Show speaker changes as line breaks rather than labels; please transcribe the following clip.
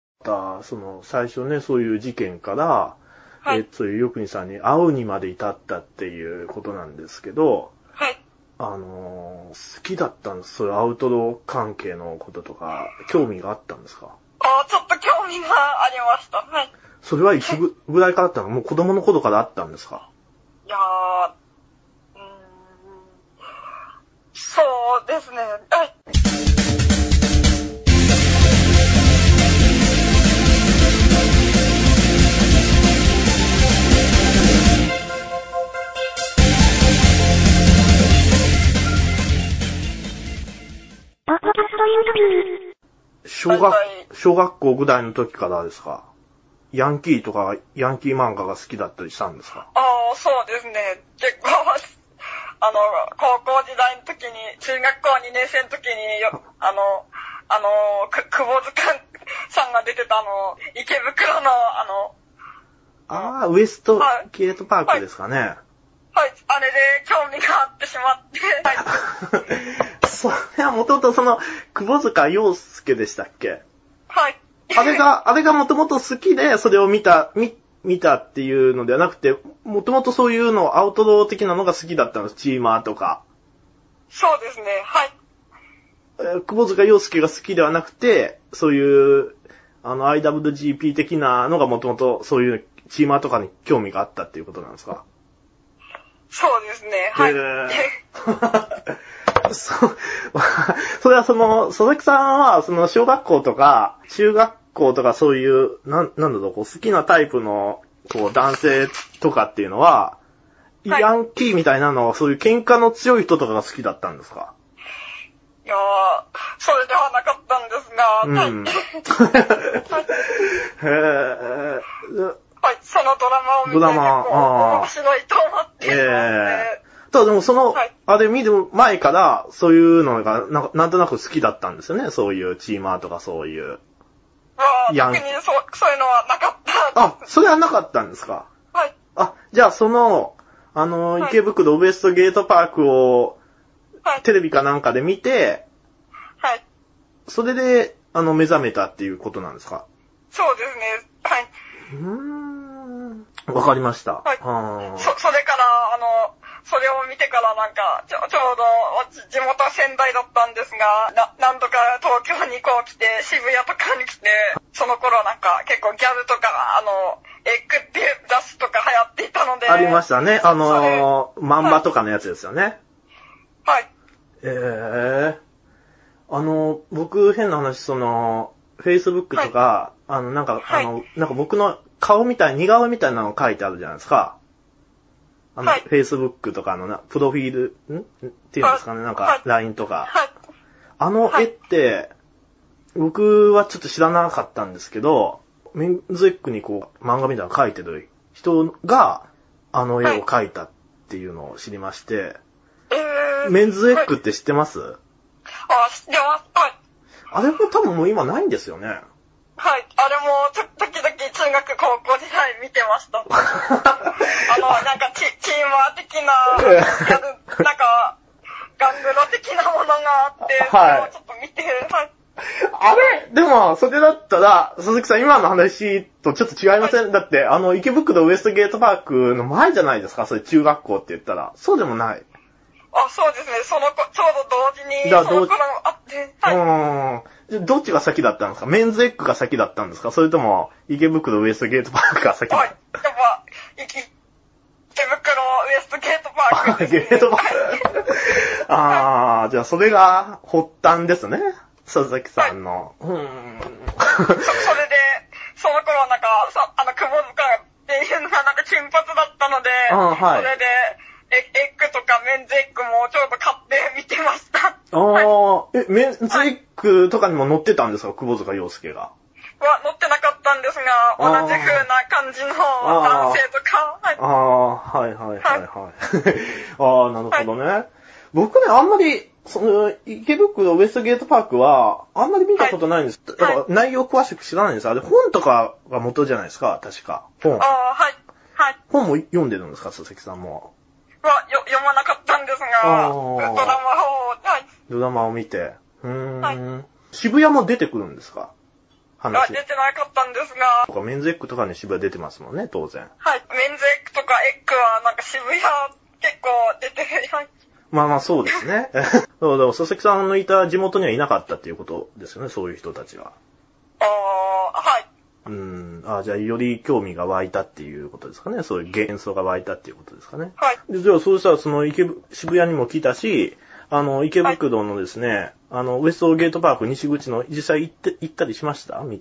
った、その、最初ね、そういう事件から、
は
え
い。
そういうよくにさんに会うにまで至ったっていうことなんですけど、
はい。
あのー好きだったんです。そういうアウトドア関係のこととか、興味があったんですか
あーちょっと興味がありました。はい。
それはいつぐぐらいからあったのもう子供の頃からあったんですか
いやー、うーん、そうですね。はい。
小学
はいはい、
小学校ぐらいの時からですかヤンキーとか、ヤンキー漫画が好きだったりしたんですか
ああ、そうですね。結構、あの、高校時代の時に、中学校2年生の時によ、あの、あの、く、久保塚さんが出てたあの、池袋の、あの、
ああ、ウエスト
はい
ゲートパークですかね。
はい、あれで興味があってしまって、は い。
それはもともとその、久保塚洋介でしたっけ
はい。
あれが、あれがもともと好きで、それを見た、見、見たっていうのではなくて、もともとそういうの、アウトドア的なのが好きだったんです。チーマーとか。
そうですね、はい。
えー久保塚洋介が好きではなくて、そういう、あの、IWGP 的なのがもともとそういうチーマーとかに興味があったっていうことなんですか
そうですね、はい。
へー そ、それはその、佐々木さんは、その小学校とか、中学校とかそういう、なん、なんだろう、こう好きなタイプの、こう、男性とかっていうのは、
はい
ヤンキーみたいなのは、そういう喧嘩の強い人とかが好きだったんですか
いやー、それではなかったんですが、
うん。
は
へ
い。
ー
はい、そのドラマを見て、
ドラ
結
マあー
構面白いと思っていま
え
すね。
えただでもその、
はい
あれ見る前から、そういうのがなんか、なんとなく好きだったんですよね。そういうチーマーとかそういう。
まあ、
ヤン
特にそう、そういうのはなかった。
あ、それはなかったんですか
はい。
あ、じゃあその、あの、
はい
池袋ウエストゲートパークを
はい。
テレビかなんかで見て、
はい。
それで、あの、目覚めたっていうことなんですか
そうです
う
ね。はい。
ーん。わかりました。
はい
あー
そ、それから、あの、それを見てからなんか、ちょちょうど、私地元は仙台だったんですが、な、何度か東京にこう来て、渋谷とかに来て、その頃なんか結構ギャルとか、あの、エッグっていう雑誌とか流行っていたので。
ありましたね。あのー、漫
は
画
い
とかのやつですよね。
はい。
ええあの、僕、変な話、その、Facebook とか、あの、なんか、
はい
あの、なんか僕の顔みたい、似顔絵みたいなの書いてあるじゃないですか。あの、
はい
Facebook とかのな、プロフィール、んんっていうんですかね、なん
は
か
い、
LINE とか。
はい。
あの絵って、僕はちょっと知らなかったんですけど、ミンズエックにこう、漫画みたいなの書いてる人が、あの絵を描いたっていうのを知りまして、
えー、
メンズエッグ
はい
って知ってます、
あ、知ってます。はい。
あれも多分もう今ないんですよね。
はい。あれも、ちょ、時々中学高校時代見て ました。あの、なんかチ、チーマー的
え
な、
え
や るなんか、ガングロ的なものがあって、
はい
それをちょっと見て、はい。
あれでも、それだったら、鈴木さん今の話とちょっと違いません、だって、あの、池袋ウエストゲートパークの前じゃないですかそれ中学校って言ったら。そうでもない。
あ、そうですね。その子、ちょうど同時に、
じゃあ
その
同時
頃あって、はい。
うーんじゃ。どっちが先だったんですかメンズエッグが先だったんですかそれとも、池袋ウエストゲートパークが先だ
はい。
っ
やっぱ、いき、池袋ウエストゲートパー
た
ク、
ゲ
ですね
ートパー
はい
ク。あー、じゃあそれが発端ですね。佐々木さんの。うーん。
そそれで、その頃はなんか、さあの、久保塚っていうのがなんか金髪だったので、
あはい
それで、エエッグとかメンズエッグもちょうど買って見てました。
ああ、え、メンズエッグとかにも乗ってたんですか久保塚洋介が。
は乗ってなかったんですが、同じ風な感じの男性とか、はい
ああ、はいはいはいはい。 ああ、なるほどね。僕ね、あんまり、その、池袋ウエストゲートパークは、あんまり見たことないんです。だから
はい
内容詳しく知らないんです。あれ、本とかが元じゃないですか確か。本。
あーはい。はい。
本も読んでるんですか佐々木さんも。
は、よ、読まなかったんですが、
あ
ド
ー
ラマを、はい。
ドラマを見て。うーん。
は
渋谷も出てくるんですか
が
話
出てなかったんですが、
とか、メンズエッグとかに渋谷出てますもんね、当然。
はい。メンズエッグとかエッグはなんか渋谷結構出てるような
まあまあそうですね。 そうだ、佐々木さんのいた地元にはいなかったっていうことですよね、そういう人たちが。
あーはい。
うん、あじゃあより興味が湧いたっていうことですかね、そういう幻想が湧いたっていうことですかね。
はい。
で、じゃあそうしたらその池ぶ、渋谷にも来たし、あの、池袋のですね、あの、ウエストゲートパーク西口の実際行って、行ったりしましたみ